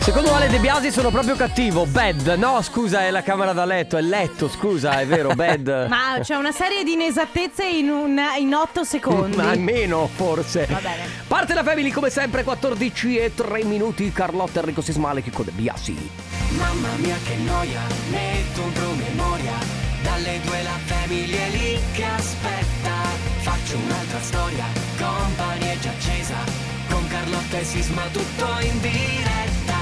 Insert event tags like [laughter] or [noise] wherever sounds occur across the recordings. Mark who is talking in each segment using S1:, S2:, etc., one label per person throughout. S1: Secondo Ale De Biasi sono proprio cattivo. Bad. No, scusa, è la camera da letto. È letto, scusa, è vero, bad.
S2: [laughs] Ma c'è una serie di inesattezze in, un, in 8 secondi.
S1: Ma almeno, forse.
S2: Va bene.
S1: Parte la family come sempre, 14 e 3 minuti. Carlotta Enrico Sismale, Chicco De Biasi.
S3: Mamma mia che noia, metto un promemoria, dalle due la famiglia è lì che aspetta. Faccio un'altra storia, compagnia è già accesa, con Carlotta e Sisma tutto in diretta.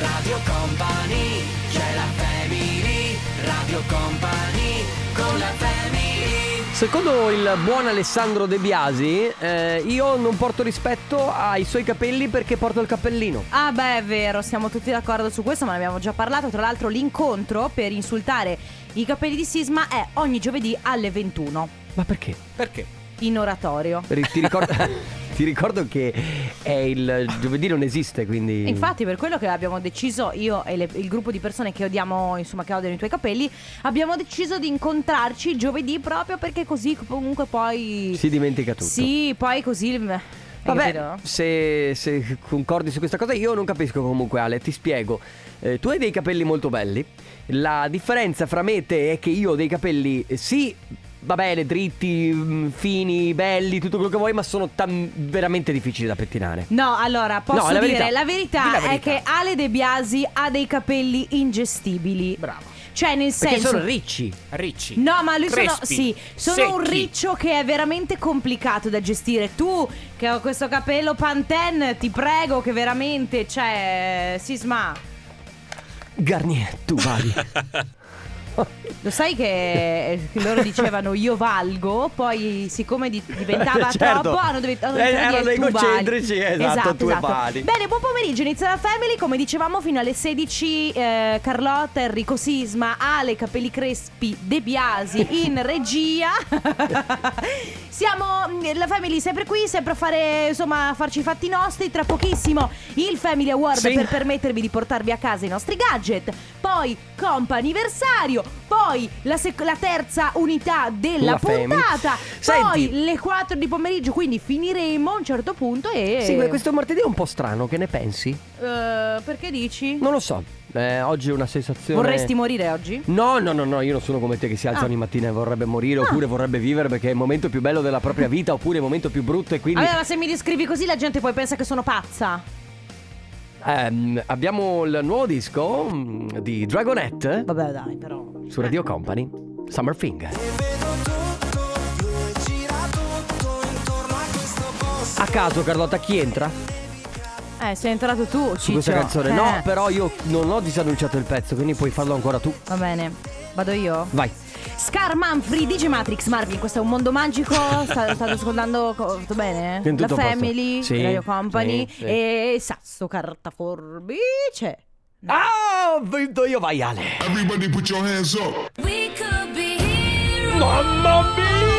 S3: Radio Company, c'è la family, Radio Company, con la family.
S1: Secondo il buon Alessandro De Biasi, eh, io non porto rispetto ai suoi capelli perché porto il cappellino.
S2: Ah beh è vero, siamo tutti d'accordo su questo, ma ne abbiamo già parlato. Tra l'altro l'incontro per insultare i capelli di Sisma è ogni giovedì alle 21
S1: Ma perché?
S4: Perché?
S2: in oratorio.
S1: Ri- Ti ricordo, [laughs] ti ricordo che è il giovedì non esiste, quindi...
S2: E Infatti per quello che abbiamo deciso io e le- il gruppo di persone che odiamo, insomma che odiano i tuoi capelli, abbiamo deciso di incontrarci giovedì proprio perché così comunque poi...
S1: si dimentica tutto.
S2: Sì, poi così... eh, Vabbè.
S1: Vabbè, se, se concordi su questa cosa, io non capisco comunque Ale, ti spiego. Eh, tu hai dei capelli molto belli, la differenza fra me e te è che io ho dei capelli, eh, sì, va bene, dritti, mm, fini, belli, tutto quello che vuoi, ma sono tam- veramente difficili da pettinare.
S2: No, allora posso
S1: No, la
S2: dire,
S1: verità.
S2: la verità,
S1: Di la
S2: è
S1: verità.
S2: che Ale De Biasi ha dei capelli ingestibili.
S4: Bravo.
S2: Cioè, nel
S1: Perché
S2: senso.
S1: sono ricci.
S4: Ricci.
S2: No, ma lui sono,
S4: Crespi.
S2: sì, sono un
S4: Secchi.
S2: riccio che è veramente complicato da gestire. Tu, che ho questo capello panten, ti prego che veramente, cioè, Sisma,
S1: Garnier, tu vali.
S2: [laughs] lo sai che loro dicevano io valgo, poi siccome di-
S1: [laughs]
S2: diventava
S1: Certo.
S2: troppo hanno dovuto... hanno
S1: Eh,
S2: dovuto dire,
S1: erano
S2: "Tu vali".
S1: egocentrici, esatto, tu
S2: esatto.
S1: vali.
S2: Bene, buon pomeriggio, inizia la Family, come dicevamo fino alle 16, eh, Carlotta, Enrico Sisma, Ale, Capelli Crespi, De Biasi in regia. Siamo mm, la Family sempre qui, sempre a fare, insomma, a farci i fatti nostri, tra pochissimo il Family Award
S1: Sì.
S2: per permettervi di portarvi a casa i nostri gadget, poi comp'anniversario, poi la, sec- la terza unità della
S1: La Family.
S2: puntata,
S1: Senti.
S2: poi le 4 di pomeriggio, quindi finiremo a un certo punto e...
S1: sì, ma questo martedì è un po' strano, che ne pensi?
S2: Eh, perché dici?
S1: Non lo so, eh, oggi è una sensazione...
S2: Vorresti morire oggi?
S1: No, no, no, no, io non sono come te che si alza
S2: Ah.
S1: ogni mattina e vorrebbe morire oppure vorrebbe vivere perché è il momento più bello della propria vita oppure il momento più brutto e quindi
S2: Allora, se mi descrivi così la gente poi pensa che sono pazza.
S1: ehm, abbiamo il nuovo disco mm, di Dragonette
S2: Vabbè, dai, però.
S1: su Radio Company, Summer Thing. A caso Carlotta chi entra
S2: Eh, sei entrato tu, Ciccio.
S1: su questa canzone? No,
S2: Eh,
S1: però io non ho disannunciato il pezzo, quindi puoi farlo ancora tu.
S2: Va bene. Vado io?
S1: Vai.
S2: Scar Manfrey, DJ Matrix, Marvin, questo è un mondo magico, sta- state ascoltando co- tutto bene?
S1: Sì, tutto a
S2: La
S1: posto.
S2: Family,
S1: Sì,
S2: Radio Company
S1: sì, sì.
S2: e Sasso Carta Forbice.
S1: Ah, ho vinto io, vai Ale.
S5: Everybody put your hands up.
S1: Mamma mia!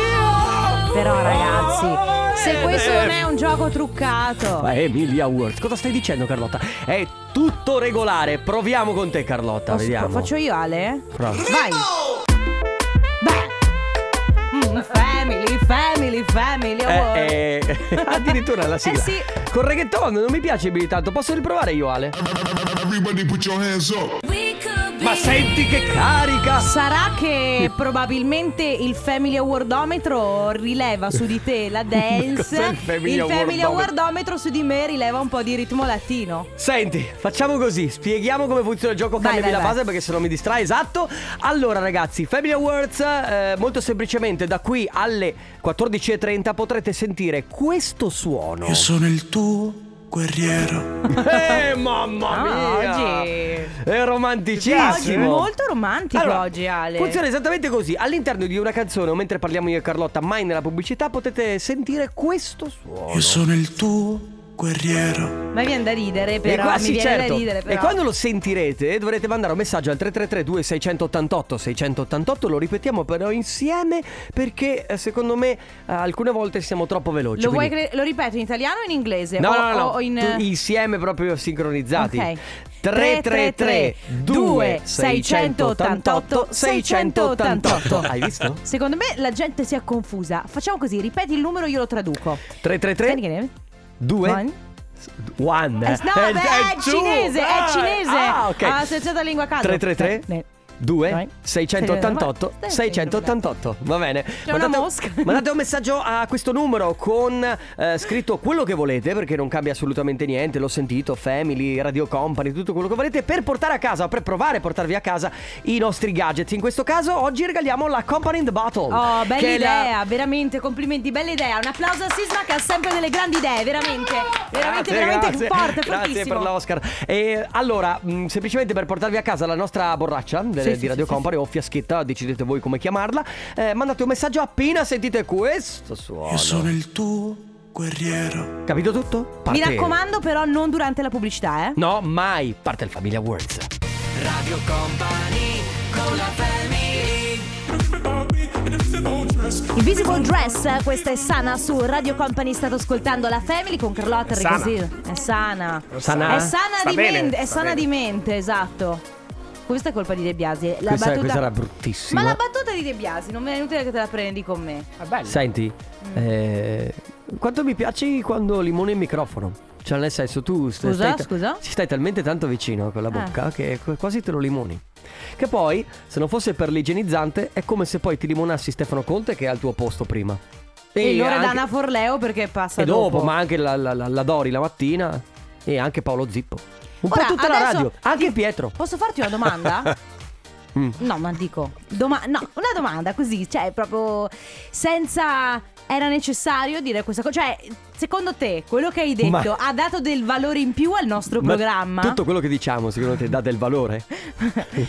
S1: Ah,
S2: Però ragazzi, se questo non è un gioco truccato.
S1: Ma Emilia Awards, cosa stai dicendo Carlotta? È tutto regolare, proviamo con te Carlotta,
S2: Posso-
S1: vediamo.
S2: Faccio io Ale?
S1: Prova.
S2: Vai. Beh. Mm, family, family, family. award.
S1: Eh, eh, [laughs] addirittura la sigla.
S2: Eh sì.
S1: Con reggaeton non mi piace più di tanto, posso riprovare io Ale?
S5: Everybody put your hands up.
S1: Ma senti che carica!
S2: Sarà che probabilmente il Family Awardometro rileva su di
S1: [laughs]
S2: te la dance.
S1: Cos'è il Family Awardometro?
S2: Awardometro su di me rileva un po' di ritmo latino.
S1: Senti, facciamo così, spieghiamo come funziona il gioco,
S2: Vai,
S1: cambiami
S2: vai,
S1: la
S2: vai.
S1: base perché se no mi distrae, esatto. Allora ragazzi, Family Awards, eh, molto semplicemente da qui alle 14.30 potrete sentire questo suono.
S6: sono il tuo guerriero.
S1: Eh, mamma
S2: Ah,
S1: mia!
S2: oggi-
S1: È romanticissimo.
S2: Oggi è molto romantico
S1: Allora,
S2: oggi, Ale.
S1: Funziona esattamente così. All'interno di una canzone, o mentre parliamo io e Carlotta, mai nella pubblicità, potete sentire questo suono.
S6: sono il tuo guerriero.
S2: Ma viene da ridere, però.
S1: qua
S2: mi
S1: sì,
S2: viene
S1: certo.
S2: da ridere, però.
S1: E quando lo sentirete dovrete mandare un messaggio al 333 2688 688, lo ripetiamo però insieme perché eh, secondo me eh, alcune volte siamo troppo veloci.
S2: Lo, vuoi
S1: Cioè, quindi-
S2: cre- lo ripeto in italiano o in inglese?
S1: No,
S2: o,
S1: no, no, no.
S2: o in...
S1: Tu- insieme proprio sincronizzati.
S2: Ok.
S1: 333 2688 688. Hai visto?
S2: Secondo me la gente si è confusa. Facciamo così, ripeti il numero, io lo traduco.
S1: 333
S2: Sai che ne-
S1: 2
S2: One,
S1: One.
S2: Eh, no,
S1: [laughs]
S2: beh, è
S1: giù,
S2: cinese, è
S1: dai.
S2: cinese.
S1: Ah, ok.
S2: Ha associato la lingua a caso.
S1: 333?
S2: Ne-
S1: 2
S2: Dai.
S1: 688
S2: Stai-
S1: 688 va bene
S2: una
S1: Mandate-
S2: mosca. [laughs]
S1: mandate un messaggio a questo numero con eh, scritto quello che volete perché non cambia assolutamente niente l'ho sentito family radio company tutto quello che volete per portare a casa per provare a portarvi a casa i nostri gadget in questo caso oggi regaliamo la company in the bottle
S2: Oh,
S1: che
S2: bella
S1: è la-
S2: idea, veramente, complimenti, bella idea. Un applauso a Sisma che ha sempre delle grandi idee, veramente, veramente,
S1: Grazie,
S2: veramente
S1: grazie.
S2: forte,
S1: Grazie
S2: fortissimo.
S1: per l'Oscar. E allora, mh, semplicemente per portarvi a casa la nostra borraccia de-
S2: Sì,
S1: di
S2: sì,
S1: Radio
S2: sì,
S1: Company o fiaschetta, decidete voi come chiamarla. eh, mandate un messaggio appena sentite questo
S6: Io sono
S1: suono.
S6: il tuo guerriero.
S1: Capito tutto?
S2: Mi
S1: Parte-
S2: raccomando, però, non durante la pubblicità, eh.
S1: No, mai. Parte il Family Awards.
S3: Radio Company con la family
S2: Invisible Dress, questa è Sana su Radio Company. State ascoltando la Family con Carlotta
S4: È sana.
S2: Regosino. È sana.
S1: Sana?
S2: È sana,
S4: Sta
S2: di,
S4: bene,
S2: mente, è
S4: sta
S2: sana
S4: bene.
S2: di mente, esatto. Questa è colpa di De Biasi. La
S1: Questa,
S2: battuta...
S1: questa era bruttissima.
S2: Ma la battuta di De Biasi, non è inutile che te la prendi con me.
S1: Senti,
S2: Mm.
S1: eh, quanto mi piaci quando limoni il microfono? Cioè, nel senso, tu st-
S2: Scusa,
S1: stai,
S2: scusa?
S1: ci stai talmente tanto vicino con la
S2: Ah.
S1: bocca che qu- quasi te lo limoni. Che poi, se non fosse per l'igienizzante, è come se poi ti limonassi Stefano Conte che è al tuo posto prima.
S2: E, Loredana
S1: anche-
S2: Forleo perché passa
S1: e dopo, ma anche la, la- la- la Dori la mattina e anche Paolo Zippo. Un
S2: Ora,
S1: po' tutta la
S2: adesso
S1: radio,
S2: ti-
S1: anche Pietro.
S2: Posso farti una domanda?
S1: [laughs] Mm.
S2: No, ma dico, doma- no, una domanda così, cioè proprio senza era necessario dire questa cosa, cioè secondo te quello che hai detto
S1: Ma-
S2: ha dato del valore in più al nostro
S1: Ma
S2: programma?
S1: Tutto quello che diciamo, secondo te, dà del
S2: [laughs]
S1: valore?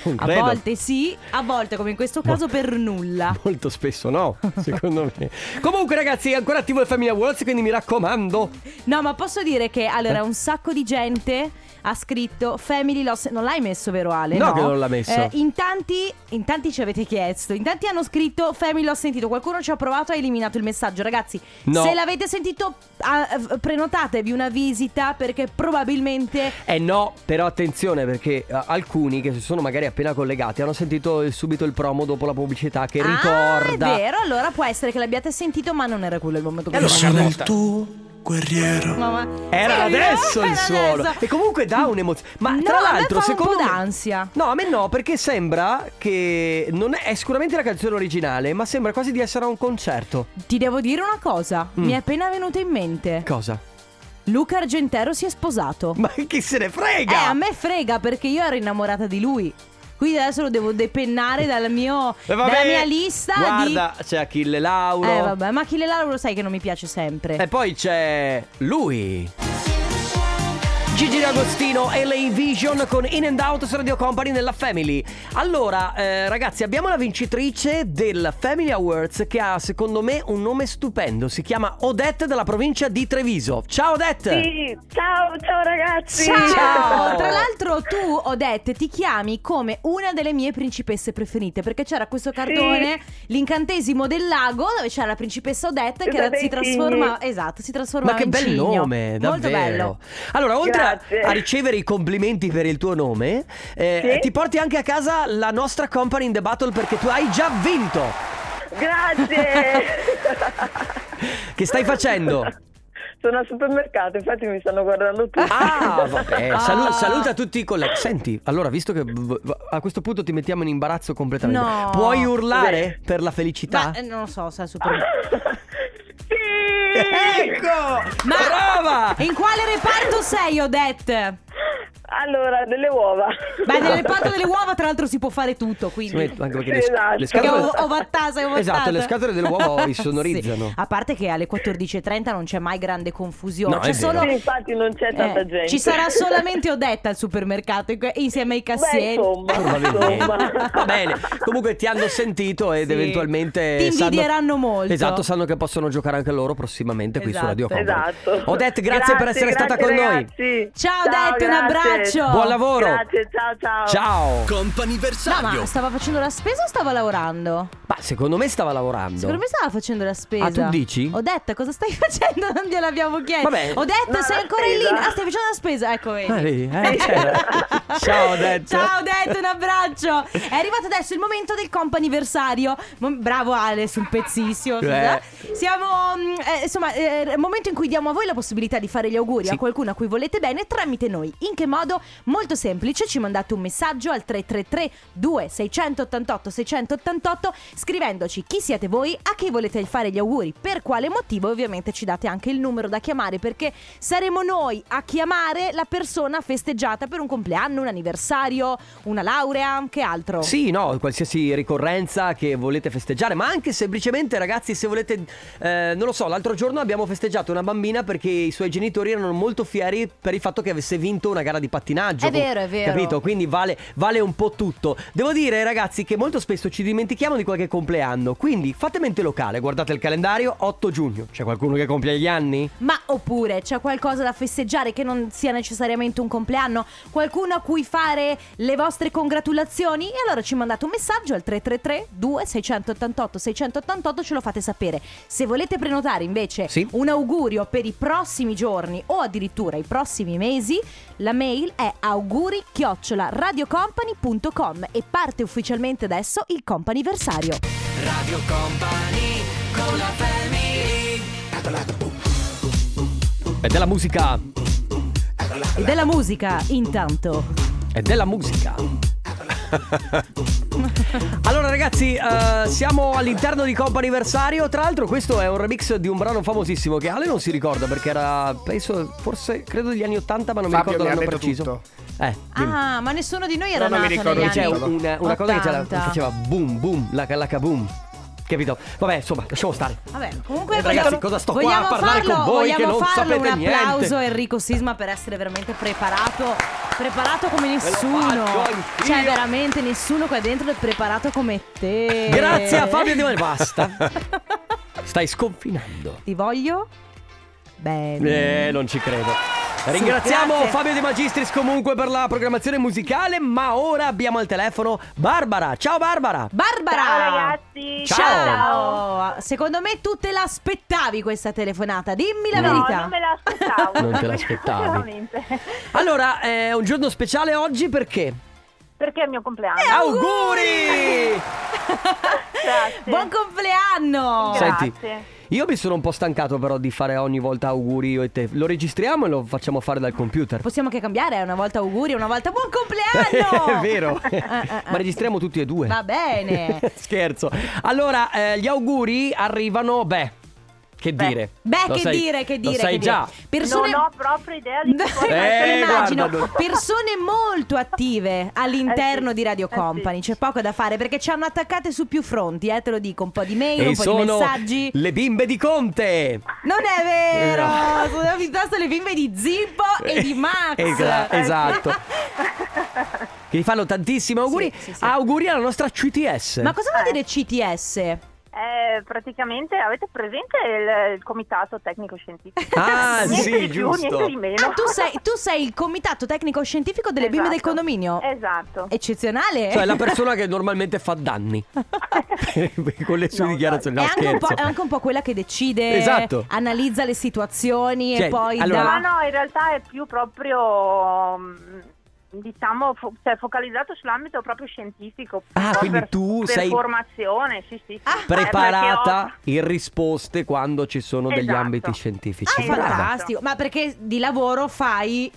S1: Non
S2: a
S1: credo.
S2: volte sì, a volte come in questo
S1: Ma-
S2: caso per nulla.
S1: [laughs] Molto spesso no, secondo me. Comunque, ragazzi, è ancora attivo il Family Awards, quindi mi raccomando.
S2: No, ma posso dire che
S1: Eh.
S2: allora un sacco di gente ha scritto Family Loss. Non l'hai messo, vero Ale?
S1: No, che non l'ha messo.
S2: Eh, in, tanti, in tanti ci avete chiesto, in tanti hanno scritto Family Loss sentito. Qualcuno ci ha provato e ha eliminato il messaggio. Ragazzi,
S1: No.
S2: se l'avete sentito, ah, eh, prenotatevi una visita perché probabilmente.
S1: Eh no, però attenzione perché eh, alcuni che si sono magari appena collegati hanno sentito il- subito il promo dopo la pubblicità che
S2: Ah,
S1: ricorda.
S2: è vero, allora può essere che l'abbiate sentito, ma non era quello il momento.
S1: E
S6: Io
S1: allora,
S6: sono il
S1: Carlotta.
S6: tuo guerriero.
S2: Mamma.
S1: Eh, Era
S2: Sì,
S1: adesso
S2: era
S1: il suono.
S2: adesso. Mm.
S1: E comunque dà un'emozione. Ma
S2: No,
S1: tra
S2: a me
S1: l'altro,
S2: fa un
S1: secondo
S2: po'
S1: me-
S2: d'ansia.
S1: No, a me no, perché sembra che non è, è sicuramente la canzone originale, ma sembra quasi di essere a un concerto.
S2: Ti devo dire una cosa,
S1: Mm.
S2: mi è appena venuta in mente.
S1: Cosa?
S2: Luca Argentero si è sposato.
S1: Ma chi se ne frega?
S2: Eh, a me frega perché io ero innamorata di lui. Quindi adesso lo devo depennare dal mio,
S1: Eh, vabbè,
S2: dalla mia lista
S1: Guarda, c'è Achille
S2: di...
S1: Lauro.
S2: Eh vabbè, ma Achille Lauro lo sai che non mi piace sempre.
S1: E poi c'è lui. Gigi D'Agostino, LA Vision con In and Out su Radio Company nella Family. Allora, eh, ragazzi, abbiamo la vincitrice del Family Awards che ha, secondo me, un nome stupendo. Si chiama Odette della provincia di Treviso. Ciao Odette!
S7: Sì, ciao, ciao ragazzi.
S1: Ciao. Ciao.
S2: Tra l'altro tu, Odette, ti chiami come una delle mie principesse preferite perché c'era questo cartone, l'incantesimo del lago, dove c'era la principessa Odette che
S7: Esatto,
S2: era- si
S7: dei
S2: trasformava... Esatto, si trasformava
S1: Ma che
S2: in
S1: bel
S2: cigno.
S1: nome, davvero.
S2: Molto bello.
S1: Allora, oltre a,
S7: Grazie.
S1: a ricevere i complimenti per il tuo nome, eh,
S7: Sì.
S1: ti porti anche a casa la nostra company in the battle perché tu hai già vinto.
S8: [laughs]
S7: Grazie.
S1: Che stai facendo?
S7: [laughs] Sono al supermercato, infatti mi stanno guardando tutti.
S1: Ah, vabbè.
S2: Ah.
S1: salu- saluta tutti i colleghi. Senti, allora, visto che v- v- a questo punto ti mettiamo in imbarazzo completamente,
S2: No.
S1: puoi urlare per la
S2: Ma
S1: felicità?
S2: eh, non lo so se è super...
S7: Sì.
S1: Ecco!
S2: eh, Ma
S1: Brava!
S2: In quale reparto sei, Odette?
S7: Allora, delle uova.
S2: Beh, nel reparto delle uova, tra l'altro, si può fare tutto, quindi.
S1: Si mette- anche perché
S7: Sì,
S1: le, sc-
S7: esatto.
S1: le
S2: Perché
S1: scatole...
S2: ho ovattata, sei ovattata.
S1: Esatto, le scatole delle
S2: [laughs]
S1: uova
S2: Sì.
S1: sonorizzano.
S2: A parte che alle 14.30 non c'è mai grande confusione.
S1: No,
S2: c'è
S1: è vero.
S2: solo.
S7: Sì, infatti non c'è tanta
S2: Eh,
S7: gente.
S2: Ci sarà solamente Odetta al supermercato in que- insieme ai
S7: Beh,
S2: cassieri.
S7: insomma,
S1: Probabilmente.
S7: insomma.
S1: Va bene. Comunque ti hanno sentito ed
S2: Sì.
S1: eventualmente.
S2: Ti
S1: sanno-
S2: invidieranno molto.
S1: Esatto, sanno che possono giocare anche loro prossimamente qui su
S2: Esatto.
S1: Radio Company.
S7: Esatto.
S1: Odette, grazie per essere stata con noi.
S7: noi.
S2: Ciao, Odette, un abbraccio. abbraccio.
S1: Buon lavoro.
S7: Grazie, ciao ciao.
S1: Ciao.
S2: No, ma stava facendo la spesa o stava lavorando?
S1: Ma secondo me stava lavorando.
S2: Secondo me stava facendo la spesa.
S1: Ah, tu dici?
S2: Ho detto cosa stai [laughs] facendo? Non gliel'abbiamo chiesto.
S1: Vabbè.
S2: Ho detto
S7: No,
S2: sei
S7: la
S2: ancora in
S7: spesa.
S2: linea. Ah, stai facendo la spesa. Ecco, vedi.
S1: Ah, vedi, eh,
S2: [laughs]
S1: c'era. Ciao Odette.
S2: Ciao Odette, un abbraccio. È arrivato adesso il momento del comp'anniversario. Mo- Bravo Ale, sul pezzissimo.
S1: Eh.
S2: Siamo, mm, eh, insomma, eh, il momento in cui diamo a voi la possibilità di fare gli auguri
S1: Sì.
S2: a qualcuno a cui volete bene tramite noi. In che modo? Molto semplice, ci mandate un messaggio al 333 2688 688 scrivendoci chi siete voi, a chi volete fare gli auguri, per quale motivo e ovviamente ci date anche il numero da chiamare perché saremo noi a chiamare la persona festeggiata per un compleanno, un anniversario, una laurea, che altro.
S1: Sì, no, qualsiasi ricorrenza che volete festeggiare, ma anche semplicemente ragazzi se volete, eh, non lo so, l'altro giorno abbiamo festeggiato una bambina perché i suoi genitori erano molto fieri per il fatto che avesse vinto una gara di pattinaggio.
S2: È vero, è vero.
S1: Capito? Quindi vale, vale un po' tutto. Devo dire ragazzi che molto spesso ci dimentichiamo di qualche compleanno, quindi fate mente locale, guardate il calendario, 8 giugno. C'è qualcuno che compie gli anni?
S2: Ma oppure c'è qualcosa da festeggiare che non sia necessariamente un compleanno? Qualcuno a cui fare le vostre congratulazioni? E allora ci mandate un messaggio al 333 2688 688 ce lo fate sapere. Se volete prenotare invece
S1: Sì.
S2: un augurio per i prossimi giorni o addirittura i prossimi mesi, la mail è auguri-radiocompany.com e parte ufficialmente adesso il comp'anniversario.
S3: Radio Company con la family
S1: È della musica,
S2: E della musica, intanto.
S1: è della musica. Allora ragazzi, eh, siamo all'interno di Coppa Anniversario. Tra l'altro questo è un remix di un brano famosissimo che Ale non si ricorda perché era, penso, forse, credo degli anni 80 ma non
S4: Fabio
S1: mi ricordo
S4: mi ha
S1: l'anno
S4: detto
S1: preciso.
S4: tutto.
S1: Eh, dimmi.
S2: Ah, ma nessuno di noi era
S4: No, non mi
S2: nato
S4: ricordo,
S2: negli anni
S1: c'è
S4: anni
S1: un- cioè, una, una cosa che, c'era, che
S2: 80.
S1: faceva boom boom, la, la kaboom. Capito? Vabbè, insomma, lasciamo stare.
S2: Vabbè, comunque
S1: Eh,
S2: vogliamo-
S1: ragazzi, cosa sto qua a
S2: vogliamo
S1: parlare
S2: farlo,
S1: con voi
S2: vogliamo
S1: che non
S2: farlo
S1: sapete
S2: un applauso a
S1: niente?
S2: Enrico Sisma per essere veramente preparato, preparato come nessuno.
S1: faccio anch'io.
S2: Cioè veramente nessuno qua dentro è preparato come te.
S1: Grazie a Fabio Di Mani. Basta. Stai sconfinando.
S2: [laughs] Ti voglio bene.
S1: Eh, non ci credo. Ringraziamo
S2: grazie.
S1: Fabio De Magistris comunque per la programmazione musicale, ma ora abbiamo al telefono Barbara. Ciao Barbara!
S2: Barbara!
S7: Ciao ragazzi.
S1: Ciao.
S2: Ciao. Secondo me tu te l'aspettavi questa telefonata, dimmi la
S7: No,
S2: verità.
S7: non me l'aspettavo.
S1: Non te l'aspettavi.
S7: Veramente.
S1: Allora, è un giorno speciale oggi perché?
S7: Perché è il mio compleanno.
S1: Eh, Auguri!
S7: Grazie.
S2: Buon compleanno!
S7: Grazie.
S1: oh. Senti, io mi sono un po' stancato però di fare ogni volta auguri io e te. Lo registriamo e lo facciamo fare dal computer.
S2: Possiamo anche cambiare, una volta auguri, una volta buon compleanno!
S1: [laughs] È vero.
S2: Ah, [laughs] Eh, eh, eh.
S1: Ma registriamo tutti e due.
S2: Va bene.
S1: Scherzo. Allora, eh, gli auguri arrivano, beh, che [laughs] dire.
S2: Beh,
S1: Lo
S2: che
S1: sai-
S2: dire, che dire.
S1: Lo sai
S2: che
S1: già.
S2: dire. Persone...
S7: Non ho proprio idea
S2: [laughs]
S7: di chi può
S2: No,
S1: Eh,
S2: immagino.
S1: guarda, non-
S2: persone molto attive all'interno
S7: Eh sì,
S2: di Radio
S7: eh
S2: Company, c'è poco da fare perché ci hanno attaccate su più fronti, eh, te lo dico, un po' di mail, un
S1: E
S2: po'
S1: sono
S2: di messaggi.
S1: le bimbe di Conte.
S2: Non è vero!
S1: [laughs] No.
S2: Sono piuttosto le bimbe di Zippo
S1: [laughs]
S2: e di Max.
S1: Esa- esatto. che gli fanno tantissimi auguri.
S2: Sì, sì, sì.
S1: Auguri alla nostra CTS.
S2: Ma cosa vuol dire CTS?
S7: Eh, praticamente avete presente il, il comitato tecnico scientifico?
S2: [laughs]
S1: Ah,
S7: niente
S1: sì,
S7: di più,
S1: giusto.
S7: Niente di meno.
S2: Ah, tu sei, tu sei il comitato tecnico scientifico delle bimbe del
S7: Esatto.
S2: condominio?
S7: [laughs] Esatto.
S2: Eccezionale.
S1: Cioè, la persona che normalmente fa
S2: [laughs]
S1: danni con le sue
S7: No,
S1: dichiarazioni. No,
S2: è, anche un po',
S1: scherzo.
S2: è anche un po' quella che decide,
S1: Esatto.
S2: analizza le situazioni
S1: Cioè,
S2: e poi
S7: [laughs]
S1: allora-
S2: dà-
S7: Ma Ah, no, in realtà è più proprio mm, diciamo fo- cioè, focalizzato sull'ambito proprio scientifico.
S1: Ah,
S7: proprio
S1: quindi
S7: per-
S1: tu
S7: per
S1: sei- Ah,
S7: formazione, sì, sì. sì. Eh, perché
S1: preparata
S7: ho-
S1: in risposte quando ci sono degli
S7: Esatto.
S1: ambiti scientifici.
S2: Ah,
S7: Esatto.
S1: Brava.
S2: fantastico. Ma perché di lavoro fai...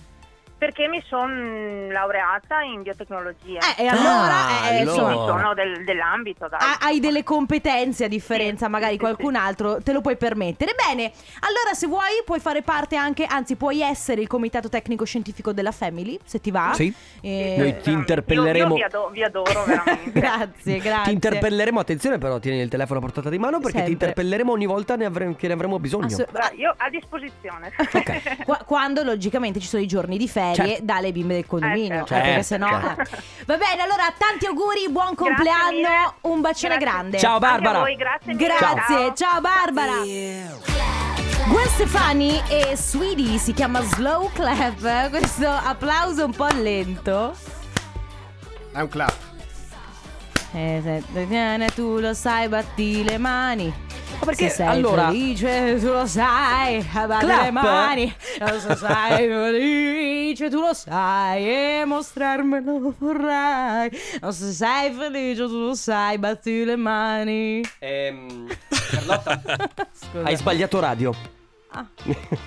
S7: Perché mi sono laureata in biotecnologia.
S2: Eh, e allora...
S1: Ah, allora.
S2: eh, insomma,
S7: Quindi sono del- dell'ambito, dai.
S1: Ah,
S2: ha- Hai delle competenze a differenza,
S7: Sì,
S2: magari
S7: sì,
S2: qualcun
S7: sì.
S2: altro te lo puoi permettere. Bene, allora se vuoi puoi fare parte anche, anzi puoi essere il comitato tecnico scientifico della Family, se ti va.
S1: Sì.
S2: Eh,
S1: Noi
S7: Veramente.
S1: ti interpelleremo.
S7: Io, io vi, ado- vi adoro
S1: [laughs]
S7: veramente.
S2: [laughs] grazie, grazie.
S1: Ti interpelleremo, attenzione però, tieni il telefono a portata di mano perché ti
S2: Sempre.
S1: interpelleremo ogni volta ne avremo- che ne avremo bisogno.
S2: Assu-
S7: Bra- io a disposizione.
S1: Ok.
S2: [laughs] Qua- quando logicamente ci sono i giorni di ferie
S1: Certo.
S2: dalle bimbe del condominio.
S7: Eh, certo.
S2: eh,
S1: Certo,
S2: perché sennò.
S1: certo.
S2: eh. [laughs] Va bene, allora tanti auguri, buon compleanno,
S7: mille.
S2: un bacione
S7: Grazie.
S2: grande.
S1: Ciao
S7: Anche a
S1: Barbara.
S7: voi, grazie mille.
S2: Ah. Grazie, ciao,
S7: Ciao.
S2: Barbara. Gwen Stefani e Sweetie si chiama Slow Clap. Questo applauso un po' lento.
S4: È un clap.
S2: Eh, se te viene, tu lo sai, batti le mani.
S1: perché,
S2: Se sei
S1: allora-
S2: felice, tu lo sai, batti
S1: Clap?
S2: le mani. Lo so, sai felice, tu lo sai, e mostrarmelo vorrai. Non so, sei felice, tu lo sai, batti
S1: [laughs]
S2: le mani.
S1: Ehm,
S2: [laughs]
S1: Carlotta,
S2: Scusa.
S1: hai sbagliato radio.
S2: Ah,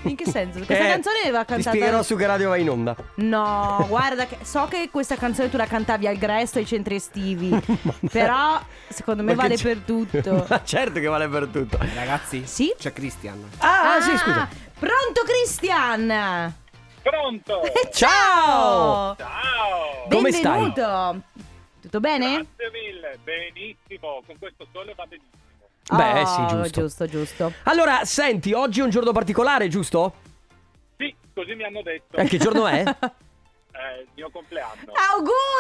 S2: in che
S1: [laughs]
S2: senso? Questa
S1: Eh,
S2: canzone va
S1: Ti
S2: cantata
S1: spiegherò su che radio va in onda.
S2: No, guarda, che- so che questa canzone tu la cantavi al Gresto ai
S1: [laughs]
S2: centri estivi. [laughs] però secondo me
S1: Ma
S2: vale
S1: che
S2: per
S1: c'è- [laughs]
S2: tutto.
S1: Ma certo che vale per tutto.
S4: Ragazzi,
S2: Sì?
S4: c'è Christian.
S1: Ah, sì, scusa.
S2: Pronto, Christian? [laughs]
S9: Pronto!
S2: Eh,
S1: Ciao!
S9: Ciao!
S1: Come stai?
S2: Benvenuto. Tutto bene?
S9: Grazie mille, benissimo, con questo sole va benissimo.
S1: Beh, eh,
S2: Oh,
S1: sì, giusto.
S2: Giusto, giusto.
S1: Allora, senti, oggi è un giorno particolare, giusto?
S9: Sì, così mi hanno detto,
S1: Eh, che giorno è?
S9: eh, il mio compleanno.
S2: [laughs] Ah.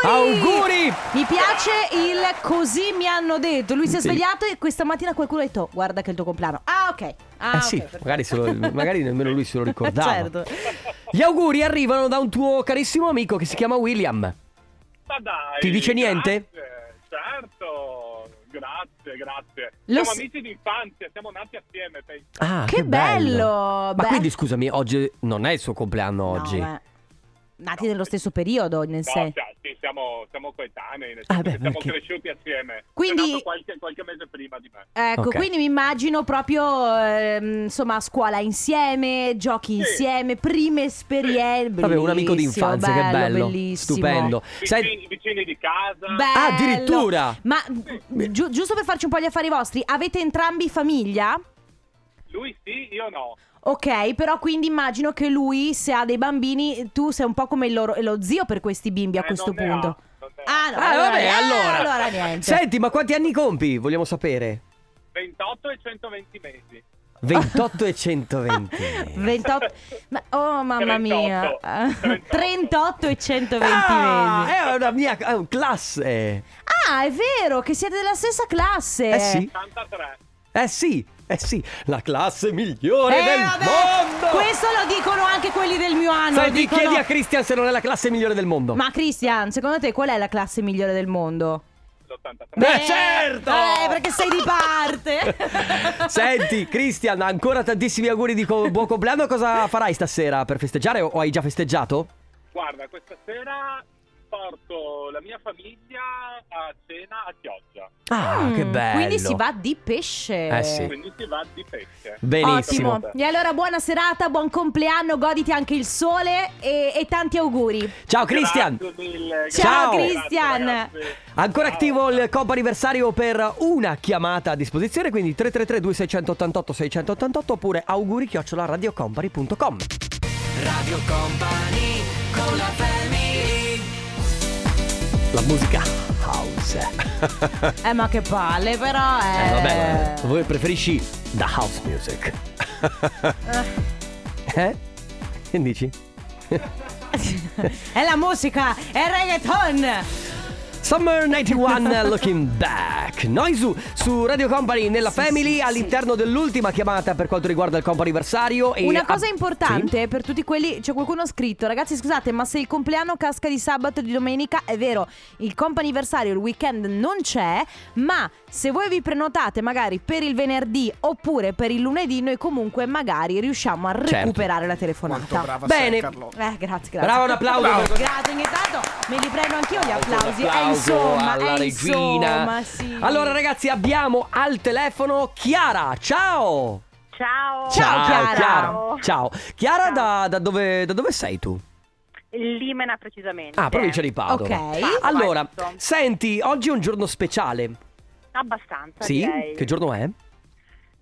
S2: Auguri!
S1: Auguri!
S2: Mi piace il così mi hanno detto. Lui si è
S1: Sì.
S2: svegliato e questa mattina qualcuno ha detto "Guarda che è il tuo compleanno". Ah, ok. Ah,
S1: eh sì,
S2: ok, perfetto.
S1: magari, se lo- magari
S2: [laughs]
S1: nemmeno lui se lo ricordava.
S2: certo.
S1: Gli auguri arrivano da un tuo carissimo amico che si chiama William.
S9: Ma dai!
S1: Ti dice niente?
S9: grazie, certo, grazie, grazie.
S2: Lo
S9: siamo
S2: s-
S9: amici d'infanzia, siamo nati assieme, penso.
S1: Ah,
S2: Che bello!
S1: Ma
S2: Beh.
S1: quindi scusami, oggi non è il suo compleanno
S2: No,
S1: oggi.
S2: ma- Nati nello stesso periodo, nel
S9: No,
S2: senso.
S9: cioè, sì, siamo, siamo coetanei, nel
S1: Ah,
S9: senso
S1: beh,
S9: che siamo
S1: perché-
S9: cresciuti assieme.
S2: Quindi-
S9: È nato Qualche, qualche mese prima di me.
S2: Ecco,
S1: Ok.
S2: quindi mi immagino proprio ehm, insomma a scuola insieme, giochi
S9: Sì.
S2: insieme, prime esperienze.
S1: Vabbè, un amico
S2: Bellissimo,
S1: d'infanzia, che bello.
S2: bellissimo.
S1: Stupendo. Sai,
S9: Vicini, vicini di casa.
S2: Bello.
S1: Ah, addirittura!
S2: Ma giu- giusto per farci un po' gli affari vostri, avete entrambi famiglia?
S9: Lui sì, io no.
S2: Ok, però quindi immagino che lui, se ha dei bambini, tu sei un po' come il loro- lo zio per questi bimbi a
S9: Eh,
S2: questo
S9: non ne ha,
S2: punto.
S9: non ne ha.
S2: Ah, no,
S1: Ah, vabbè,
S2: eh,
S1: allora.
S2: allora niente.
S1: senti, ma quanti anni compi? Vogliamo sapere.
S9: 28 e 120 mesi.
S1: 28 e
S2: [laughs]
S1: 120.
S2: 28 ma- oh mamma mia [laughs]
S9: 38.
S2: 38 e 120
S1: Ah,
S2: mesi
S1: è una mia è un classe.
S2: ah è vero che siete della stessa classe
S1: Eh sì,
S9: 83.
S1: eh sì, eh sì, la classe migliore
S2: Eh,
S1: del
S2: vabbè,
S1: mondo.
S2: questo lo dicono anche quelli del mio anno
S1: Senti,
S2: dicono-
S1: chiedi a Christian se non è la classe migliore del mondo.
S2: ma [laughs] Christian secondo te qual è la classe migliore del mondo?
S9: L'83.
S1: Beh, certo!
S2: eh, perché sei di parte
S1: [laughs] [laughs] Senti, Christian, ancora tantissimi auguri di co- buon compleanno. Cosa farai stasera per festeggiare o hai già festeggiato?
S9: Guarda, questa sera porto la mia famiglia a cena a Chioggia.
S1: Ah, che
S2: Mm,
S1: bello.
S2: quindi si va di pesce
S1: Eh sì.
S9: Quindi si va di pesce.
S1: Benissimo.
S2: Ottimo. E allora buona serata, buon compleanno, goditi anche il sole e, e tanti auguri.
S1: Ciao Christian.
S9: Grazie mille,
S1: Ciao,
S9: grazie,
S2: Christian.
S9: ragazzi.
S1: Ancora
S9: Ciao.
S1: attivo il comp anniversario per una chiamata a disposizione, quindi 333 2688 688 oppure auguri radiocompany.com. Radio Company con la La musica house.
S2: Eh ma che palle però eh.
S1: Eh, [laughs] vabbè, voi preferisci the house music. [laughs] eh? Che dici?
S2: [laughs] è la musica, è il reggaeton.
S1: Summer
S2: [laughs]
S1: 91 Looking Back Noizu su Radio Company nella Family all'interno dell'ultima chiamata per quanto riguarda il comp anniversario e ah,
S2: Una cosa
S1: a-
S2: importante per tutti quelli, c'è qualcuno ha scritto, ragazzi scusate, ma se il compleanno casca di sabato o di domenica, è vero, il comp'anniversario il weekend non c'è, ma se voi vi prenotate magari per il venerdì oppure per il lunedì, noi comunque magari riusciamo a
S1: Certo.
S2: recuperare la telefonata.
S4: Quanto brava
S1: Bene.
S4: sei, Carlotta.
S2: Eh, grazie, grazie.
S1: Brava, un applauso per questo.
S2: Grazie, ogni tanto me li prendo anch'io gli applausi.
S1: Un
S2: Eh,
S1: applauso
S2: insomma,
S1: alla
S2: eh,
S1: regina.
S2: insomma, sì.
S1: Allora ragazzi abbiamo al telefono Chiara Ciao
S7: Ciao.
S2: Ciao, Chiara.
S1: Ciao Ciao. Chiara
S7: Ciao.
S1: da, da dove, da dove sei tu?
S7: Limena precisamente.
S1: Ah provincia di Padova Ah,
S2: Ok.
S1: Allora
S7: Esatto.
S1: senti oggi è un giorno speciale
S7: Abbastanza.
S1: Sì?
S7: direi.
S1: Che Eh, giorno è?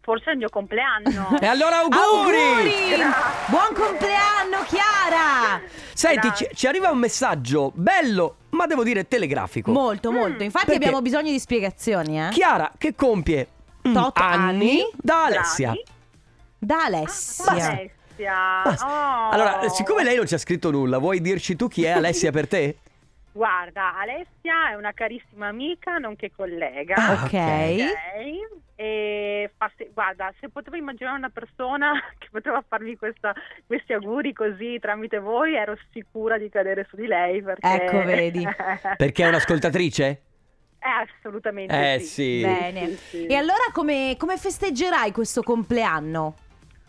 S7: Forse è il mio
S1: [laughs]
S7: compleanno.
S1: E allora
S2: Auguri!
S7: Grazie.
S2: Buon compleanno, Chiara!
S1: Senti, ci,
S7: Grazie.
S1: ci arriva un messaggio bello, ma devo dire telegrafico.
S2: Molto, molto. Infatti
S1: Ecco. Perché?
S2: abbiamo bisogno di spiegazioni, eh.
S1: Chiara che compie mm,
S2: Tot anni
S1: da Alessia.
S7: Dani.
S2: Da
S7: Ah,
S2: Alessia.
S7: Alessia.
S1: Basta.
S7: Oh.
S1: Allora, siccome lei non ci ha scritto nulla, vuoi dirci tu chi è Alessia per te?
S7: Guarda, Alessia è una carissima amica, nonché collega.
S1: Ah,
S2: ok.
S7: Ok? E fa se- guarda, se potevo immaginare una persona [laughs] che poteva farmi questa- questi auguri così tramite voi, ero sicura di cadere su di lei perché...
S2: Ecco,
S7: [laughs]
S2: vedi.
S1: Perché è
S2: [laughs]
S1: un'ascoltatrice?
S7: Eh, assolutamente
S1: Eh
S7: sì.
S1: sì.
S2: Bene.
S7: Sì, sì.
S2: E allora come, come festeggerai questo compleanno?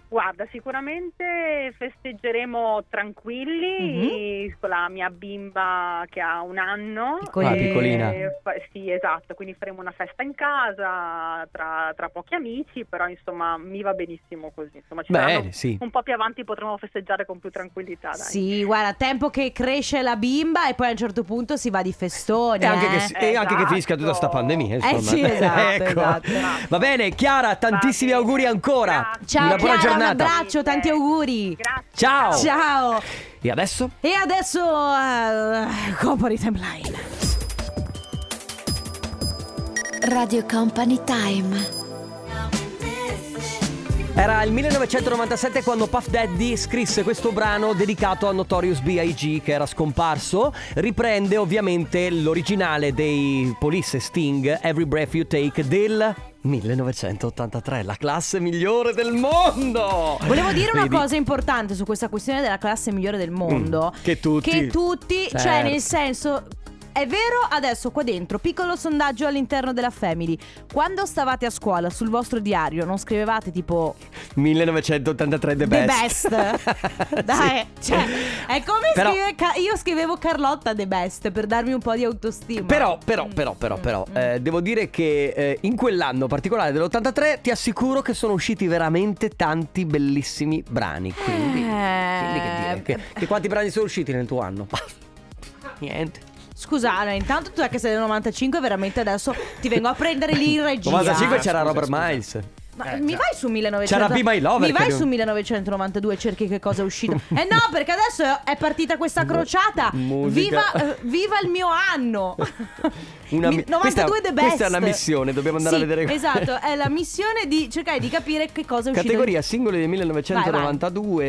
S7: Guarda, sicuramente festeggeremo tranquilli con la mia bimba che ha un
S2: Mhm.
S7: anno.
S2: Piccolina.
S1: Ah, piccolina.
S7: fa- sì, esatto, quindi faremo una festa in casa tra, tra pochi amici, però insomma mi va benissimo così. Insomma, ci saranno-
S1: Bene, eh, sì.
S7: un po' più avanti potremo festeggiare con più tranquillità. Ah, Dai.
S2: Sì, guarda, tempo che cresce la bimba e poi a un certo punto si va di festone.
S1: E anche, che,
S2: eh.
S1: si- e anche che finisca tutta sta
S7: Esatto.
S1: pandemia,
S2: Eh
S1: insomma.
S2: sì,
S1: [laughs]
S2: esatto,
S1: ecco.
S2: esatto.
S1: Va bene, Chiara, tantissimi
S7: Va bene.
S1: auguri ancora.
S7: Grazie.
S2: Ciao
S1: Una buona
S2: Chiara, un
S1: giornata.
S2: abbraccio, tanti auguri.
S7: Grazie.
S1: Ciao.
S2: Ciao.
S1: E adesso?
S2: E adesso eh, Company Timeline.
S10: Radio Company Time.
S1: Era il 1997 quando Puff Daddy scrisse questo brano dedicato a Notorious B.I.G. che era scomparso. Riprende ovviamente l'originale dei Police e Sting, Every Breath You Take, del 1983, la classe migliore del mondo!
S2: Eh, Volevo dire una
S1: Vedi?
S2: cosa importante su questa questione della classe migliore del mondo.
S1: Mm, che tutti.
S2: Che tutti, cioè
S1: Certo.
S2: nel senso... È vero, adesso qua dentro, piccolo sondaggio all'interno della Family. Quando stavate a scuola sul vostro diario non scrivevate tipo
S1: 1983 The
S2: The
S1: Best.
S2: Best?
S1: [laughs]
S2: Dai,
S1: Sì.
S2: cioè, è come
S1: Però-
S2: scrivere... Ca- io scrivevo Carlotta The Best per darmi un po' di autostima. Mm.
S1: Però, però, però, però, però, eh, devo dire che eh, in quell'anno particolare dell'83 ti assicuro che sono usciti veramente tanti bellissimi brani. Quindi,
S2: Eh.
S1: quindi che dire? Che, che quanti brani sono usciti nel tuo anno? [laughs] Niente.
S2: Scusa, allora, intanto tu è che sei del 95 veramente adesso ti vengo a prendere
S1: [laughs]
S2: lì in regia.
S1: 95 c'era
S4: Scusa,
S1: Robert
S4: scusa.
S1: Miles.
S2: Ma
S4: Eh,
S2: mi
S4: già.
S2: vai su 1900
S1: C'era Be My Lover
S2: Mi vai
S1: che-
S2: su 1992 e cerchi che cosa
S1: [laughs]
S2: è uscito. eh no, perché adesso è- è partita questa crociata.
S1: musica.
S2: Viva, eh, viva il mio anno.
S1: [laughs] Una
S2: Mi-
S1: mi-
S2: 92
S1: questa-
S2: the best.
S1: questa è una missione, dobbiamo andare a
S2: Sì,
S1: vedere- [laughs]
S2: Esatto, è la missione di cercare di capire che cosa è uscito.
S1: Categoria singoli del 1992.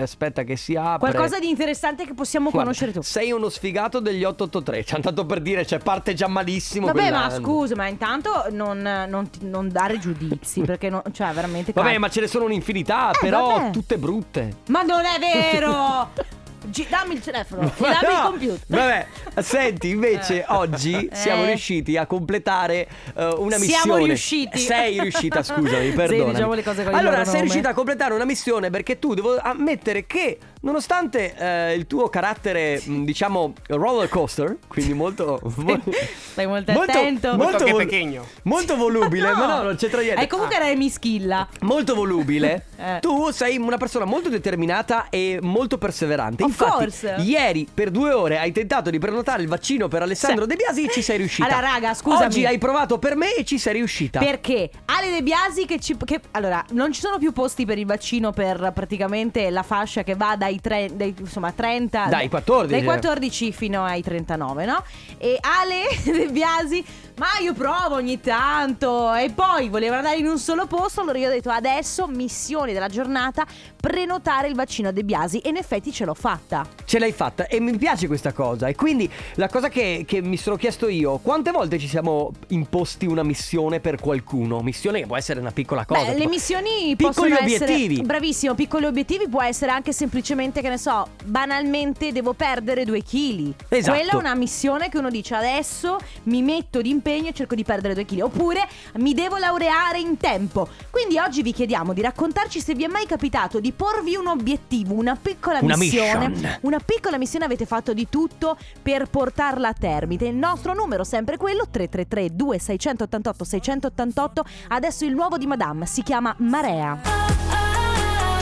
S1: Aspetta che si apre.
S2: Qualcosa di interessante che possiamo
S1: Guarda,
S2: conoscere tu.
S1: Sei uno sfigato degli 883. C'è tanto per dire, cioè parte già malissimo.
S2: Vabbè, ma
S1: quell'anno.
S2: scusa, ma intanto non, non ti- non dare
S1: [laughs]
S2: giudizi perché non, cioè veramente
S1: Vabbè,
S2: calma.
S1: ma ce ne sono un'infinità,
S2: Eh,
S1: però
S2: vabbè.
S1: tutte brutte.
S2: Ma non è vero! Gi- dammi il telefono, e dammi il
S1: no!
S2: computer.
S1: Vabbè, senti, invece
S2: Eh.
S1: oggi siamo
S2: Eh.
S1: riusciti a completare eh, una missione.
S2: Siamo riusciti.
S1: Sei riuscita, scusami,
S2: [laughs] Sì,
S1: perdona.
S2: diciamo le cose con il
S1: Allora, sei
S2: loro nome.
S1: riuscita a completare una missione perché tu devo ammettere che nonostante eh, il tuo carattere, mh, diciamo, roller coaster, quindi molto
S2: [laughs]
S1: [laughs]
S2: Stai molto attento.
S4: Molto che
S1: vol-
S4: pechegno.
S1: molto volubile,
S2: No.
S1: ma no, non c'entra niente. Ah.
S2: E comunque era Mischilla.
S1: molto volubile.
S2: [laughs] Eh.
S1: Tu sei una persona molto determinata e molto perseverante.
S2: Of
S1: Infatti,
S2: course.
S1: ieri per due ore hai tentato di prenotare il vaccino per Alessandro
S2: Sì.
S1: De Biasi e ci sei riuscita.
S2: Allora, raga, scusami.
S1: Oggi hai provato per me e ci sei riuscita.
S2: Perché Ale De Biasi che ci... Che, allora, non ci sono più posti per il vaccino per praticamente la fascia che va dai, tre- dai, insomma, 30...
S1: Dai, 14.
S2: Dai 14 fino ai 39, no? E Ale [laughs] De Biasi, ma io provo ogni tanto. E poi voleva andare in un solo posto, allora io ho detto adesso, missione della giornata, prenotare il vaccino a De Biasi. E in effetti ce l'ho fatta.
S1: Ce l'hai fatta e mi piace questa cosa. E quindi la cosa che, che mi sono chiesto io, quante volte ci siamo imposti una missione per qualcuno? Missione che può essere una piccola cosa.
S2: Beh, le
S1: tipo-
S2: missioni
S1: Piccoli
S2: possono
S1: obiettivi.
S2: essere bravissimo, piccoli obiettivi può essere anche semplicemente che ne so, banalmente devo perdere due chili.
S1: Esatto.
S2: Quella è una missione che uno dice adesso mi metto d'impegno e cerco di perdere due chili, oppure mi devo laureare in tempo. Quindi oggi vi chiediamo di raccontarci se vi è mai capitato di porvi un obiettivo, una piccola
S1: Una
S2: missione,
S1: mission.
S2: una piccola missione avete fatto di tutto per portarla a termine. Il nostro numero sempre quello 333 2688 688. Adesso il nuovo di Madame si chiama Marea.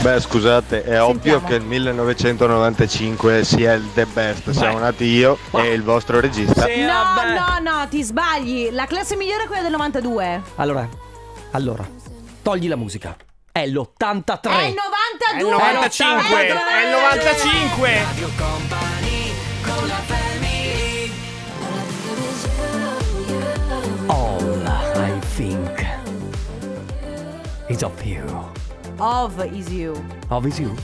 S11: Beh, scusate, è ovvio che il 1995 sia il the best. Siamo nati io e il vostro regista.
S1: Sì, vabbè.
S2: No, no, no, ti sbagli. La classe migliore è quella del 92.
S1: Allora, allora, togli la musica. È l'83.
S2: È il 92.
S4: È il 95!
S2: il
S4: È il 95!
S1: All I think is of you.
S2: Of is you.
S1: Of is you?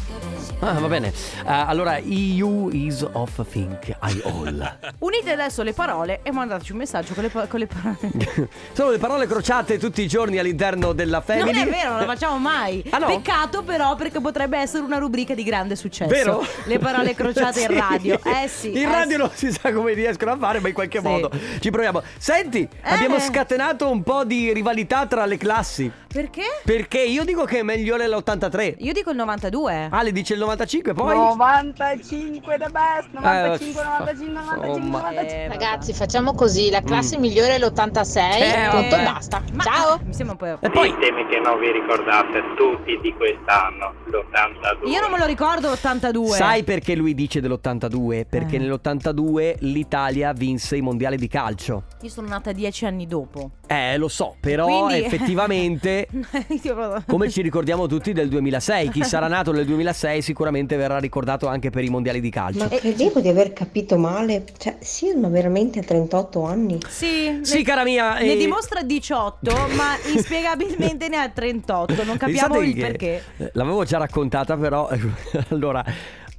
S1: Ah, va bene. Eh, allora, EU is of think I all.
S2: Unite adesso le parole e mandateci un messaggio con le, pa- con le parole.
S1: Sono le parole crociate tutti i giorni all'interno della family.
S2: Non è vero, non la facciamo mai.
S1: Eh, Ah, no?
S2: Peccato però perché potrebbe essere una rubrica di grande successo.
S1: Vero?
S2: Le
S1: [laughs]
S2: parole crociate
S1: Sì.
S2: in radio. Eh sì. eh
S1: In radio
S2: sì.
S1: non si sa come riescono a fare, ma in qualche
S2: Sì. Eh.
S1: modo ci proviamo. Senti, abbiamo scatenato un po' di rivalità tra le classi.
S2: Perché?
S1: Perché io dico che è meglio l'83.
S2: Io dico il 92.
S1: Ale dice il 95, poi.
S12: 95 the best, 95, 95,
S1: Eh,
S12: 95,
S1: insomma.
S2: Eh,
S12: 95.
S13: Ragazzi, facciamo così: la classe migliore è l'86.
S1: Mm. Eh,
S13: punto
S1: vabbè.
S13: e basta.
S2: Ma-
S13: Ciao.
S2: Mi sembra un po'.
S1: E poi.
S14: Ditemi che non vi ricordate tutti di quest'anno, l'82.
S2: Io non me lo ricordo l'82.
S1: Sai perché lui dice dell'82? Perché nell'82 l'Italia vinse i mondiali di calcio.
S2: Io sono nata dieci anni dopo.
S1: Eh, lo so, però
S2: Quindi-
S1: effettivamente.
S2: [laughs] Io-
S1: Come ci ricordiamo tutti del 2006, chi sarà nato nel 2006 sicuramente verrà ricordato anche per i mondiali di calcio.
S2: Eh,
S15: Ma credevo di aver capito male, cioè Sirma veramente a 38 anni?
S2: Sì,
S1: Sì,
S2: ne-
S1: cara mia,
S2: Ne
S1: eh,
S2: dimostra 18,
S1: [laughs]
S2: ma inspiegabilmente ne ha 38. Non capiamo
S1: Pensate
S2: il
S1: che-
S2: perché.
S1: eh, L'avevo già raccontata, però. eh, [laughs] allora.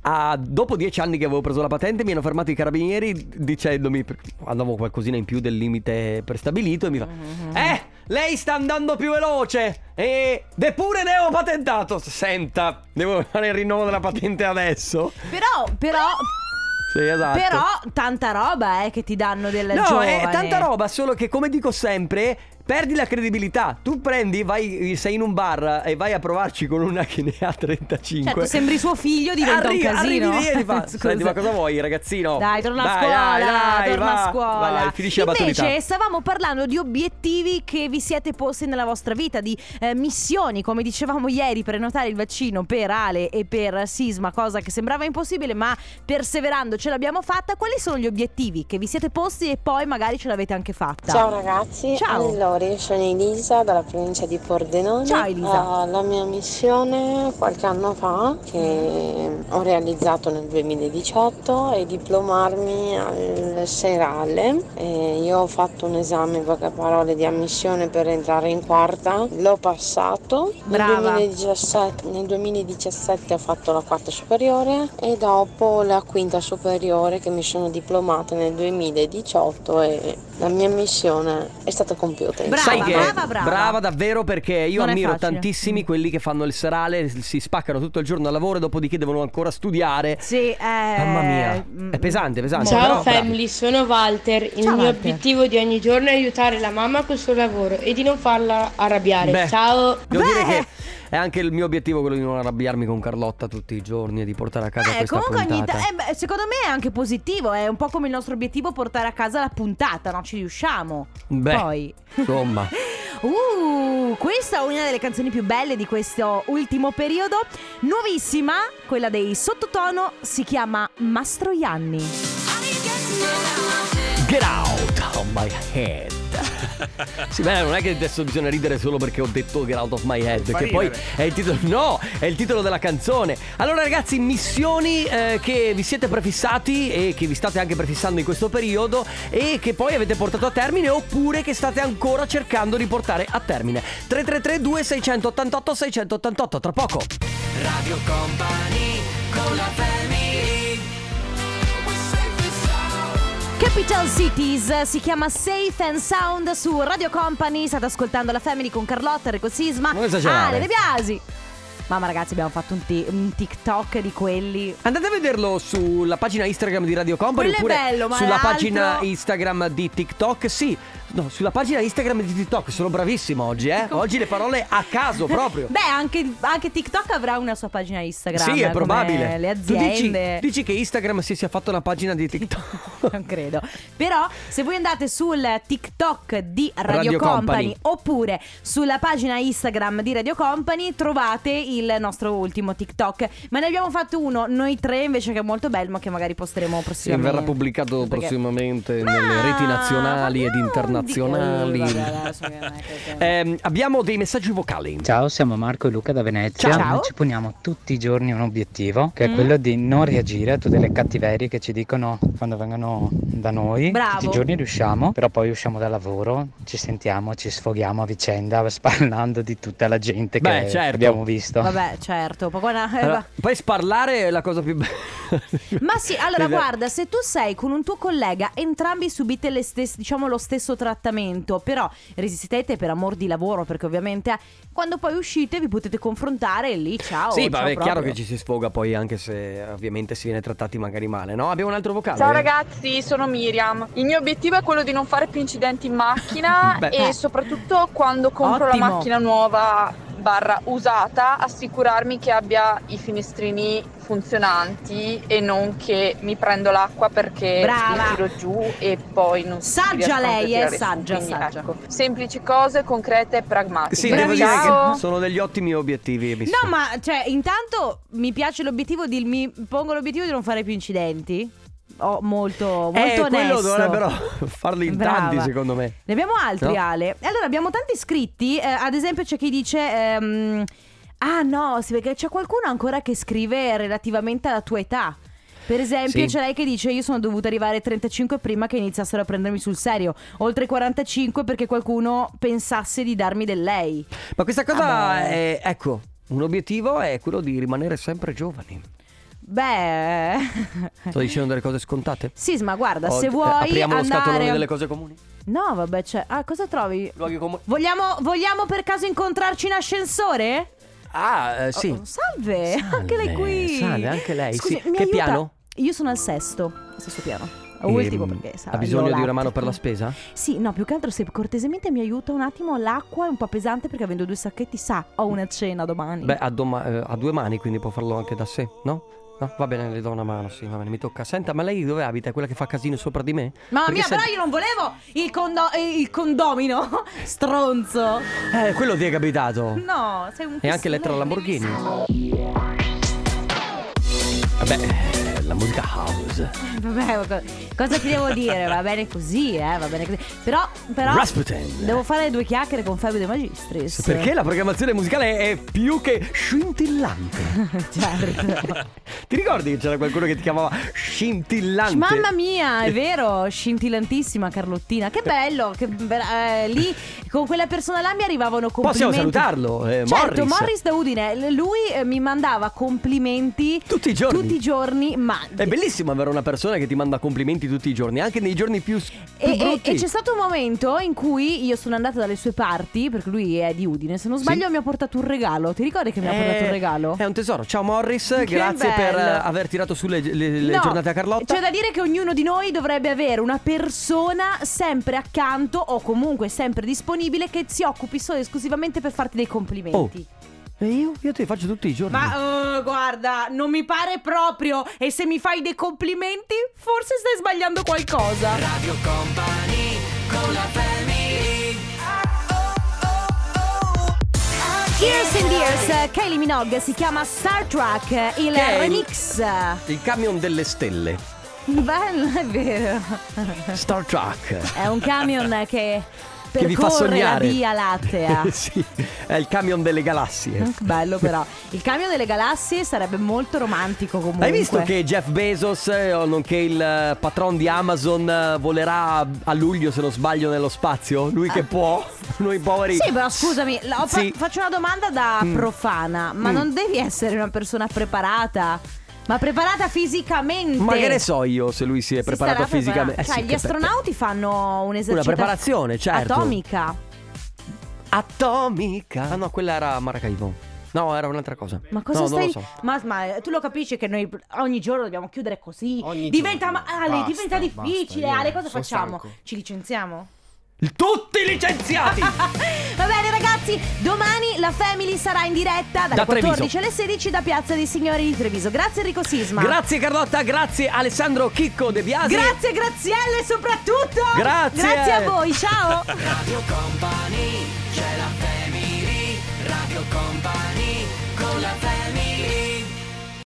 S1: a- dopo dieci anni che avevo preso la patente mi hanno fermato i carabinieri dicendomi andavo qualcosina in più del limite prestabilito e mi fa
S2: Mm-hmm.
S1: Eh, lei sta andando più veloce e depure ne ho patentato Senta, devo fare il rinnovo della patente adesso
S2: Però, però,
S1: Sì, esatto
S2: però, tanta roba eh, che ti danno del
S1: No,
S2: giovane.
S1: è tanta roba, solo che come dico sempre, perdi la credibilità. Tu prendi, vai, sei in un bar e vai a provarci con una che ne ha 35.
S2: Cioè, tu sembri suo figlio, diventa
S1: Arri-
S2: un casino.
S1: Arrivi lì e ti
S2: [laughs]
S1: fa,
S2: Scusa.
S1: Senti, ma cosa vuoi, ragazzino?
S2: Dai, torna a
S1: Dai,
S2: scuola,
S1: dai, dai,
S2: torna
S1: va,
S2: a scuola.
S1: vai, finisci la
S2: Invece,
S1: maturità.
S2: stavamo parlando di obiettivi che vi siete posti nella vostra vita, di eh, missioni, come dicevamo ieri, prenotare il vaccino per Ale e per Sisma, cosa che sembrava impossibile, ma perseverando ce l'abbiamo fatta. Quali sono gli obiettivi che vi siete posti e poi magari ce l'avete anche fatta?
S8: Ciao ragazzi,
S2: Ciao.
S8: Allora, sono Elisa dalla provincia di Pordenone.
S2: Ciao, Elisa.
S8: Eh, la mia missione qualche anno fa, che ho realizzato nel 2018, è diplomarmi al serale. Eh, io ho fatto un esame, in poche parole, di ammissione per entrare in quarta, l'ho passato.
S2: Brava.
S8: Nel 2017, nel 2017 ho fatto la quarta superiore e dopo la quinta superiore che mi sono diplomata nel 2018 e la mia missione è stata compiuta.
S1: Sai
S8: insomma.
S1: che
S2: brava, brava.
S1: davvero perché io
S2: Non è
S1: ammiro
S2: facile.
S1: tantissimi quelli che fanno il serale, si spaccano tutto il giorno al lavoro e dopodiché devono ancora studiare.
S2: Sì, eh,
S1: Mamma mia,
S2: mm,
S1: è pesante, pesante.
S16: Ciao
S1: però bravi.
S16: family, sono Walter. Il
S2: Ciao,
S16: mio
S2: Walter.
S16: obiettivo di ogni giorno è aiutare la mamma col suo lavoro e di non farla arrabbiare.
S1: Beh,
S16: Ciao.
S1: Devo dire che è anche il mio obiettivo quello di non arrabbiarmi con Carlotta tutti i giorni e di portare a casa
S2: Eh,
S1: questa
S2: comunque ogni
S1: puntata.
S2: ta- eh, beh, secondo me è anche positivo, è un po' come il nostro obiettivo portare a casa la puntata, no? Ci riusciamo.
S1: Beh,
S2: Poi.
S1: insomma,
S2: Uh, questa è una delle canzoni più belle di questo ultimo periodo. Nuovissima, quella dei sottotono, si chiama Mastroianni.
S1: get out of my head. Sì, beh, non è che adesso bisogna ridere solo perché ho detto Get out of my head.
S17: Fa
S1: Che poi
S17: ridere.
S1: è il titolo. No, è il titolo della canzone. Allora, ragazzi, missioni eh, che vi siete prefissati e che vi state anche prefissando in questo periodo e che poi avete portato a termine oppure che state ancora cercando di portare a termine. 333 2688 688 tra poco.
S3: Radio Company con la family.
S2: Capital Cities si chiama Safe and Sound su Radio Company. State ascoltando la Family con Carlotta, Enrico Sisma,
S1: Non esagerare.
S2: Ale De Biasi. Mamma ragazzi, abbiamo fatto un, ti- un TikTok di quelli.
S1: Andate a vederlo sulla pagina Instagram di Radio Company
S2: Quello è
S1: oppure
S2: bello, ma
S1: sulla
S2: l'altro-
S1: pagina Instagram di TikTok. Sì, no, sulla pagina Instagram di TikTok. Sono bravissimo oggi, eh.
S2: Ecco.
S1: Oggi le parole a caso
S2: [laughs]
S1: proprio.
S2: Beh, anche, anche TikTok avrà una sua pagina Instagram.
S1: sì, è
S2: come
S1: probabile.
S2: Le
S1: Tu dici,
S2: aziende.
S1: dici che Instagram si sia fatto una pagina di TikTok.
S2: [laughs] Non credo. Però, se voi andate sul TikTok di Radio,
S1: Radio
S2: Company,
S1: Company.
S2: oppure sulla pagina Instagram di Radio Company, trovate il nostro ultimo TikTok. Ma ne abbiamo fatto uno, noi tre, invece, che è molto bello, ma che magari posteremo
S1: Sì,
S2: prossimamente.
S1: verrà pubblicato
S2: Perché-
S1: prossimamente
S2: Ma-
S1: nelle reti nazionali ed
S2: ma no,
S1: internazionali. Ehm, abbiamo dei messaggi vocali.
S17: Ciao, siamo Marco e Luca da Venezia.
S1: Ciao.
S17: Noi ci poniamo tutti i giorni un obiettivo, che è
S7: Eh,
S1: Mm.
S17: quello di non reagire a tutte le cattiverie che ci dicono quando vengono da noi.
S2: Bravo.
S17: Tutti i giorni riusciamo, però poi usciamo dal lavoro, ci sentiamo, ci sfoghiamo a vicenda, [laughs] sparlando di tutta la gente
S1: Beh,
S17: che
S1: certo.
S17: abbiamo visto.
S2: Vabbè, certo. poi guarda- eh,
S1: Allora,
S2: va-
S1: poi sparlare è la cosa più bella.
S2: [laughs]
S1: [laughs]
S2: Ma sì, allora
S1: Esatto.
S2: guarda, se tu sei con un tuo collega, entrambi subite le stesse- diciamo, lo stesso trattamento, però resistete per amor di lavoro, perché ovviamente eh, quando poi uscite vi potete confrontare e lì ciao.
S1: sì,
S2: oh, ciao
S1: vabbè, è chiaro
S2: proprio.
S1: che ci si sfoga poi, anche se ovviamente si viene trattati magari male, no? Abbiamo un altro vocale. Eh?
S18: Ciao ragazzi, sono Miriam. Il mio obiettivo è quello di non fare più incidenti in macchina
S1: [laughs] Beh. eh.
S18: e soprattutto quando compro
S1: Ottimo.
S18: la macchina nuova barra usata assicurarmi che abbia i finestrini funzionanti e non che mi prendo l'acqua perché
S2: Brava.
S18: li tiro giù e poi non si riescono
S2: Saggia
S18: a
S2: lei, eh,
S18: tirare su.
S2: saggia,
S18: Quindi,
S2: saggia.
S18: ecco, semplici cose concrete e pragmatiche.
S1: Sì, devo dire
S18: Ciao.
S1: che sono degli ottimi obiettivi. mi sa.
S2: No, ma cioè, intanto mi piace l'obiettivo di mi pongo l'obiettivo di non fare più incidenti. Oh, molto molto
S1: eh, quello
S2: onesto.
S1: dovrebbero [laughs] farli in tanti,
S2: Brava.
S1: secondo me.
S2: Ne abbiamo altri,
S1: No?
S2: Ale. E Allora, abbiamo tanti iscritti. eh, ad esempio, c'è chi dice. ehm, ah, no, sì, perché c'è qualcuno ancora che scrive relativamente alla tua età. Per esempio,
S19: Sì.
S2: c'è lei che dice: Io sono dovuta arrivare ai 35 prima che iniziassero a prendermi sul serio. Oltre i 45 perché qualcuno pensasse di darmi del lei.
S1: Ma questa cosa è,
S2: Vabbè.
S1: ecco, un obiettivo è quello di rimanere sempre giovani.
S2: Beh.
S1: Sto dicendo delle cose scontate?
S2: Eh. Sì, ma guarda, se
S1: Oggi- eh,
S2: vuoi.
S1: Apriamo lo scatolone
S2: andare-
S1: delle cose comuni.
S2: No, vabbè, c'è. Ah, cosa trovi?
S1: Luoghi comuni.
S2: Vogliamo, vogliamo per caso incontrarci in ascensore?
S1: Ah, eh, sì.
S2: Oh, salve, anche lei qui.
S1: salve, anche lei,
S2: Scusi,
S1: sì.
S2: mi
S1: Che
S2: aiuta?
S1: piano?
S2: Io sono al sesto, al sesto piano. Ultimo
S1: Ehm,
S2: perché sa,
S1: Ha bisogno
S2: io
S1: di
S2: ho
S1: una
S2: latte.
S1: mano per la spesa?
S2: Sì, no, più che altro se cortesemente mi aiuta un attimo, l'acqua è un po' pesante perché avendo due sacchetti sa, ho una cena domani.
S1: Beh, ha, doma- eh, ha due mani, quindi può farlo anche da sé, no? No, va bene, le do una mano, sì, va bene, mi tocca. Senta, ma lei dove abita? È quella che fa casino sopra di me?
S2: Mamma
S1: Perché
S2: mia,
S1: se-
S2: però io non volevo il, condo- eh, il condomino, [laughs] stronzo.
S1: Eh, quello ti è capitato.
S2: No, sei un
S1: Oh. E anche Elettra Lamborghini. Vabbè, eh, la musica house.
S2: Vabbè, co- cosa ti devo dire? Va bene così, eh, va bene così. Però, però
S1: Rasputin.
S2: devo fare due chiacchiere con Fabio De Magistris.
S1: Perché la programmazione musicale è più che
S2: Ah.
S1: scintillante.
S2: [laughs] Certo.
S1: ti ricordi che c'era qualcuno che ti chiamava scintillante?
S2: Mamma mia, è vero, scintillantissima Carlottina. Che bello, che be- eh, lì con quella persona là mi arrivavano complimenti.
S1: Possiamo salutarlo, eh,
S2: certo,
S1: Morris.
S2: Morris da Udine, L- lui eh, mi mandava complimenti
S1: Tutti i giorni.
S2: tutti i giorni, ma
S1: È bellissimo avere una persona che ti manda complimenti tutti i giorni, anche nei giorni più, s- più
S2: E, e-
S1: brutti.
S2: e c'è stato un momento in cui io sono andata dalle sue parti, perché lui è di Udine, se non sbaglio mi ha portato un regalo. Ti ricordi che mi ha
S1: Eh,
S2: portato un regalo?
S1: È un tesoro. Ciao Morris,
S2: Che
S1: grazie per eh,
S2: bello.
S1: aver tirato su le, le- le
S2: No,
S1: giornate a Carlotta.
S2: C'è da dire che ognuno di noi dovrebbe avere una persona sempre accanto o comunque sempre disponibile che si occupi solo e esclusivamente per farti dei
S1: Oh,
S2: complimenti.
S1: e io, io te li faccio tutti i giorni.
S2: [laughs] Ma eh, guarda, non mi pare proprio. E se mi fai dei complimenti, forse stai sbagliando qualcosa.
S3: Radio Company con la family.
S2: Years and Years, eh, Kylie Minogue si chiama Star Trek, eh, il
S1: Che è il-
S2: remix.
S1: Il camion delle stelle.
S2: Bello, è vero.
S1: Star Trek.
S2: [laughs] È un camion [laughs] che
S1: Che vi fa
S2: percorre la
S1: sognare.
S2: via lattea.
S1: [laughs]
S2: [laughs]
S1: sì, è il camion delle galassie.
S2: Mm, Bello però. Il camion delle galassie sarebbe molto romantico comunque.
S1: Hai visto che Jeff Bezos, eh, o nonché il eh, patron di Amazon, eh, volerà a luglio, se non sbaglio, nello spazio? Lui che può, [laughs] noi poveri.
S2: Ah. Sì, però scusami, la- ho fa-
S1: Sì.
S2: faccio una domanda da
S1: Mm.
S2: profana, ma
S1: Mm.
S2: non devi essere una persona preparata, ma preparata fisicamente.
S1: Ma che ne so io se lui si è
S2: Si
S1: preparato
S2: starà preparando.
S1: fisicamente? Eh
S2: Cioè,
S1: sì,
S2: gli
S1: che-
S2: astronauti fanno un'esercitazione
S1: preparazione, certo.
S2: atomica.
S1: Atomica. Ah no, quella era Maracaibo. No, era un'altra cosa.
S2: Ma cosa
S1: no,
S2: stai?
S1: Non lo so.
S2: Ma, ma eh, tu lo capisci che noi ogni giorno dobbiamo chiudere così?
S1: Ogni
S2: diventa
S1: giorno.
S2: ma- Ale,
S1: Basta,
S2: diventa difficile.
S1: basta, io
S2: Ale, cosa
S1: sono
S2: facciamo?
S1: stanco.
S2: Ci licenziamo?
S1: Tutti
S2: [laughs]
S1: licenziati!
S2: Va bene ragazzi, domani la Family sarà in diretta dalle
S1: Da Treviso.
S2: 14 alle 16 da Piazza dei Signori di Treviso. Grazie Enrico Sisma.
S1: Grazie Carlotta, grazie Alessandro Chicco De Biasi.
S2: Grazie Graziella e soprattutto
S1: Grazie.
S2: Grazie a voi, ciao
S3: Radio Company